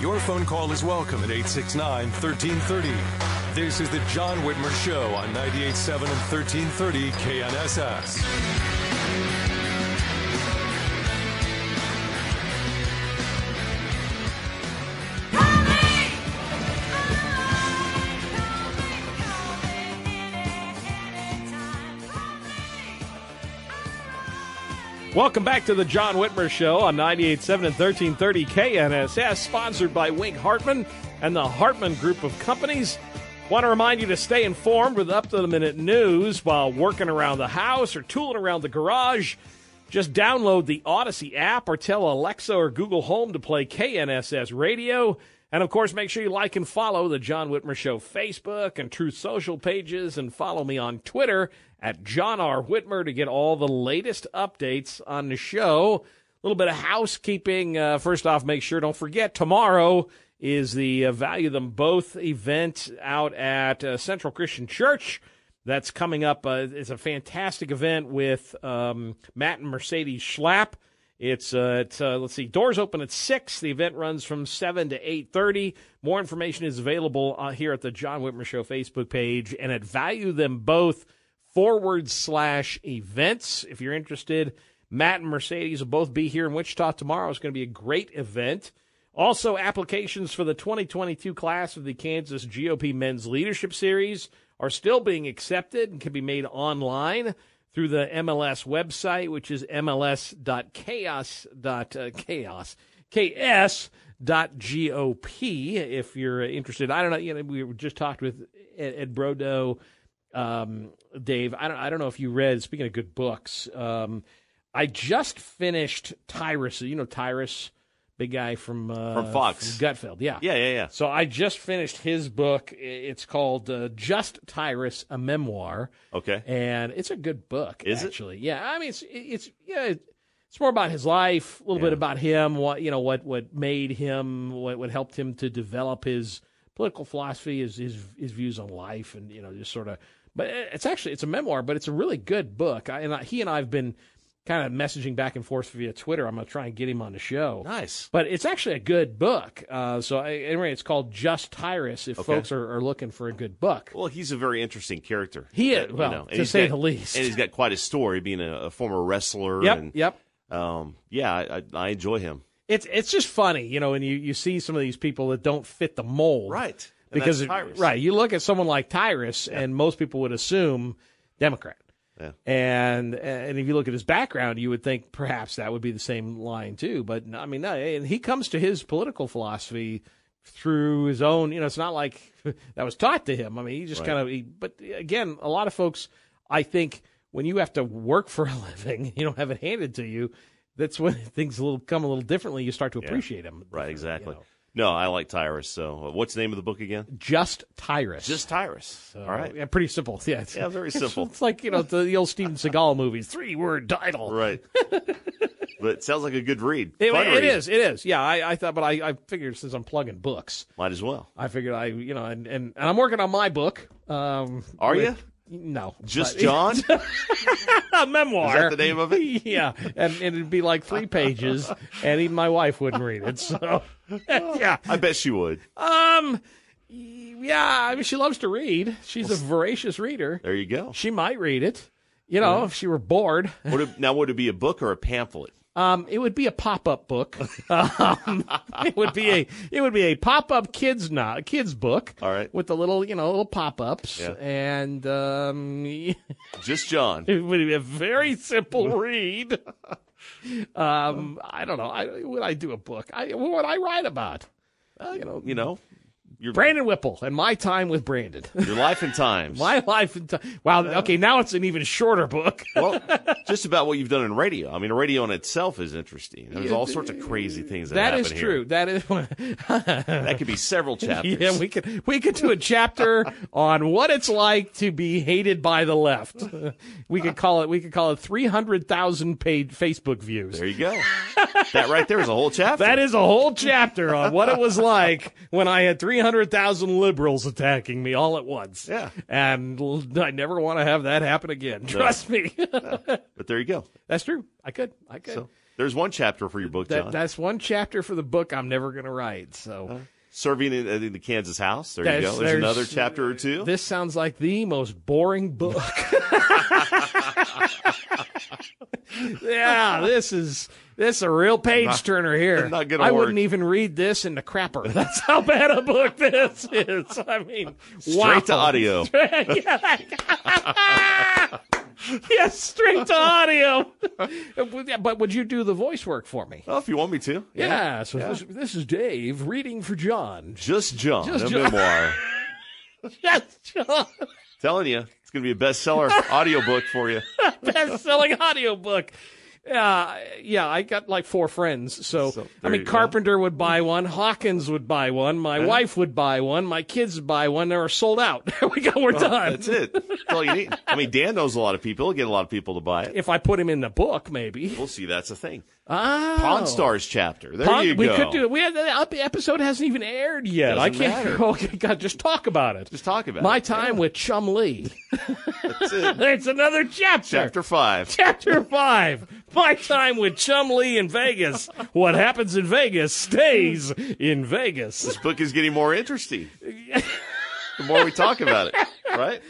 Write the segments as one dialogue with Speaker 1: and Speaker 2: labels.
Speaker 1: Your phone call is welcome at 869 1330. This is the John Whitmer Show on 98.7 and 1330 KNSS.
Speaker 2: Welcome back to the John Whitmer Show on 98.7 and 1330 KNSS, sponsored by Wink Hartman and the Hartman Group of Companies. Want to remind you to stay informed with up to the minute news while working around the house or tooling around the garage. Just download the Odyssey app or tell Alexa or Google Home to play KNSS radio. And of course, make sure you like and follow the John Whitmer Show Facebook and Truth Social pages and follow me on Twitter at John R. Whitmer to get all the latest updates on the show. A little bit of housekeeping. Uh, first off, make sure, don't forget, tomorrow is the uh, Value Them Both event out at uh, Central Christian Church. That's coming up. it's a fantastic event with um, Matt and Mercedes Schlapp. It's, uh, it's let's see, doors open at 6. The event runs from 7 to 8.30. More information is available uh, here at the John Whitmer Show Facebook page and at Value Them Both forward slash events. If you're interested, Matt and Mercedes will both be here in Wichita tomorrow. It's going to be a great event. Also, applications for the 2022 class of the Kansas GOP Men's Leadership Series are still being accepted and can be made online through the MLS website, which is uh, mls.chaos.chaos. KS dot gop if you're interested i don't know you know we just talked with ed, ed brodo um, Dave. I don't, I don't know if you read, speaking of good books, um, I just finished Tyrus. You know Tyrus, big guy from uh,
Speaker 3: from Fox.
Speaker 2: From Gutfeld, yeah.
Speaker 3: Yeah, yeah, yeah.
Speaker 2: So I just finished his book. It's called uh, Just Tyrus, a memoir.
Speaker 3: Okay.
Speaker 2: And it's a good book,
Speaker 3: Is
Speaker 2: actually.
Speaker 3: It?
Speaker 2: Yeah, I mean, it's, it's yeah. It's more about his life, a little
Speaker 3: Yeah.
Speaker 2: bit about him, what you know, what what made him, what what helped him to develop his political philosophy, his his, his views on life, and you know, just sort of but it's actually it's a memoir, but it's a really good book. I, and I, he and I have been kind of messaging back and forth via Twitter. I'm going to try and get him on the show.
Speaker 3: Nice.
Speaker 2: but it's actually a good book. Uh, so I, anyway, it's called Just Tyrus. If
Speaker 3: Okay.
Speaker 2: folks are, are looking for a good book,
Speaker 3: Well, he's a very interesting character.
Speaker 2: He is-
Speaker 3: Uh,
Speaker 2: well,
Speaker 3: and
Speaker 2: to
Speaker 3: he's
Speaker 2: say
Speaker 3: got-
Speaker 2: the least.
Speaker 3: And he's got quite a story, being a, a former wrestler.
Speaker 2: yep,
Speaker 3: and,
Speaker 2: yep.
Speaker 3: Um, yeah, I, I, I enjoy him.
Speaker 2: It's it's just funny, you know, and you, you see some of these people that don't fit the mold,
Speaker 3: Right. And
Speaker 2: because
Speaker 3: that's Tyrus.
Speaker 2: right, you look at someone like Tyrus, and most people would assume Democrat.
Speaker 3: Yeah.
Speaker 2: And and if you look at his background, you would think perhaps that would be the same line too. But no, I mean, no, and he comes to his political philosophy through his own. You know, it's not like that was taught to him. I mean, he just
Speaker 3: Right.
Speaker 2: kind of. He, but again, a lot of folks, I think, when you have to work for a living, you don't have it handed to you. That's when things little come a little differently. You start to appreciate them.
Speaker 3: Right, exactly.
Speaker 2: You know.
Speaker 3: No, I like Tyrus. So, uh, what's the name of the book again?
Speaker 2: Just Tyrus. Uh,
Speaker 3: Just Tyrus. All right.
Speaker 2: Yeah, pretty simple. Yeah, it's-
Speaker 3: Yeah, very
Speaker 2: it's-
Speaker 3: simple.
Speaker 2: It's, like you know the, the old Steven Seagal movies, three word title.
Speaker 3: Right. but it sounds like a good read.
Speaker 2: It-
Speaker 3: Fun
Speaker 2: it
Speaker 3: read.
Speaker 2: is. It is. Yeah, I, I thought, but I, I figured since I'm plugging books,
Speaker 3: Might as well.
Speaker 2: I figured I, you know, and and, and I'm working on my book. Um,
Speaker 3: Are
Speaker 2: with-
Speaker 3: you?
Speaker 2: No,
Speaker 3: Just
Speaker 2: but-
Speaker 3: John? Is
Speaker 2: a memoir.
Speaker 3: that the name of it?
Speaker 2: yeah, and, and it'd be like three pages, and even my wife wouldn't read it. So, yeah,
Speaker 3: I bet she would.
Speaker 2: um, yeah. I mean, she loves to read. She's a voracious reader.
Speaker 3: There you go.
Speaker 2: She might read it. You know, if she were bored.
Speaker 3: Would it, now, would it be a book or a pamphlet?
Speaker 2: Um, it would be a pop-up book. um, it would be a it would be a pop-up kids not kids book.
Speaker 3: All right.
Speaker 2: with the little you know little pop-ups
Speaker 3: Yeah.
Speaker 2: and um, it
Speaker 3: Just John.
Speaker 2: would be a very simple read. Um, I don't know. I, would I do a book? I, what would I write about?
Speaker 3: you know, you know, Your,
Speaker 2: Brandon Whipple and my time with Brandon.
Speaker 3: your life and times.
Speaker 2: my life. and Ti- Wow. Okay, now it's an even shorter book.
Speaker 3: well, just about what you've done in radio. I mean, radio in itself is interesting. There's all sorts of crazy things that,
Speaker 2: That
Speaker 3: happen
Speaker 2: is
Speaker 3: here.
Speaker 2: true. That is.
Speaker 3: That could be several chapters.
Speaker 2: Yeah, we could we could do a chapter on what it's like to be hated by the left. We could call it we could call it three hundred thousand paid Facebook views.
Speaker 3: there you go. that right there is a whole chapter.
Speaker 2: That is a whole chapter on what it was like when I had 300,000 liberals attacking me all at once.
Speaker 3: Yeah.
Speaker 2: And l- I never want to have that happen again. Trust me.
Speaker 3: But there you go.
Speaker 2: that's true. I could. I could.
Speaker 3: So there's one chapter for your book,
Speaker 2: that,
Speaker 3: John. Oh.
Speaker 2: that's one chapter for the book I'm never going to write. So
Speaker 3: Serving in, in the Kansas House. There you
Speaker 2: There's-
Speaker 3: go. There's,
Speaker 2: there's-
Speaker 3: another chapter or two.
Speaker 2: this sounds like the most boring book. yeah, this is this is a real page turner here.
Speaker 3: not gonna
Speaker 2: I
Speaker 3: work.
Speaker 2: wouldn't even read this in the crapper. That's how bad a book this is. I mean,
Speaker 3: Straight to audio.
Speaker 2: yes, straight to audio. but would you do the voice work for me?
Speaker 3: Oh, if you want me to.
Speaker 2: Yeah. so This, this is Dave reading for John.
Speaker 3: Just John,
Speaker 2: Just
Speaker 3: a
Speaker 2: John.
Speaker 3: memoir.
Speaker 2: Yes, John.
Speaker 3: Telling you, it's going to be a bestseller audiobook for you.
Speaker 2: best-selling audiobook. Yeah, yeah, I got like four friends. So,
Speaker 3: So,
Speaker 2: I
Speaker 3: there
Speaker 2: mean,
Speaker 3: you go.
Speaker 2: Carpenter would buy one, Hawkins would buy one, my wife would buy one, my kids would buy one. They were sold out. There we go. We're done.
Speaker 3: That's it. That's all you need. I mean, Dan knows a lot of people. He'll get a lot of people to buy it.
Speaker 2: If I put him in the book, maybe.
Speaker 3: We'll see. That's the thing.
Speaker 2: Ah,
Speaker 3: Pawn Stars chapter. There
Speaker 2: Pond-
Speaker 3: you go.
Speaker 2: we could do it. We had, the ep- episode hasn't even aired yet. I
Speaker 3: Doesn't
Speaker 2: can't.
Speaker 3: matter.
Speaker 2: Okay, God, just talk about it.
Speaker 3: Just talk about
Speaker 2: my
Speaker 3: it.
Speaker 2: time with Chum Lee.
Speaker 3: That's it.
Speaker 2: it's another chapter.
Speaker 3: Chapter five.
Speaker 2: Chapter 5 My Time with Chum Lee in Vegas. What happens in Vegas stays in Vegas.
Speaker 3: This book is getting more interesting. The more we talk about it, right?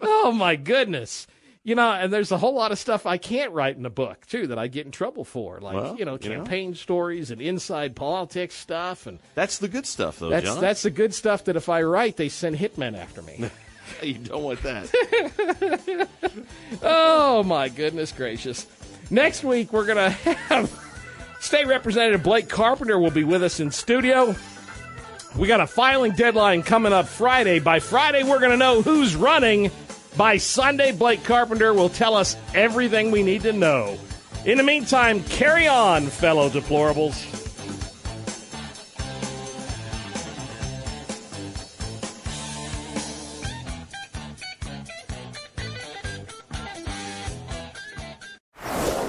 Speaker 2: Oh, my goodness. You know, and there's a whole lot of stuff I can't write in a book, too, that I get in trouble for, like,
Speaker 3: Well,
Speaker 2: you know,
Speaker 3: you know.
Speaker 2: campaign stories and inside politics stuff. And
Speaker 3: That's the good stuff, though,
Speaker 2: that's,
Speaker 3: John.
Speaker 2: that's the good stuff that if I write, they send hitmen after me.
Speaker 3: you don't want that.
Speaker 2: Oh my goodness gracious. Next week we're gonna have State Representative Blake Carpenter will be with us in studio. We got a filing deadline coming up Friday. By Friday we're gonna know who's running. By Sunday, Blake Carpenter will tell us everything we need to know. In the meantime, carry on, fellow deplorables.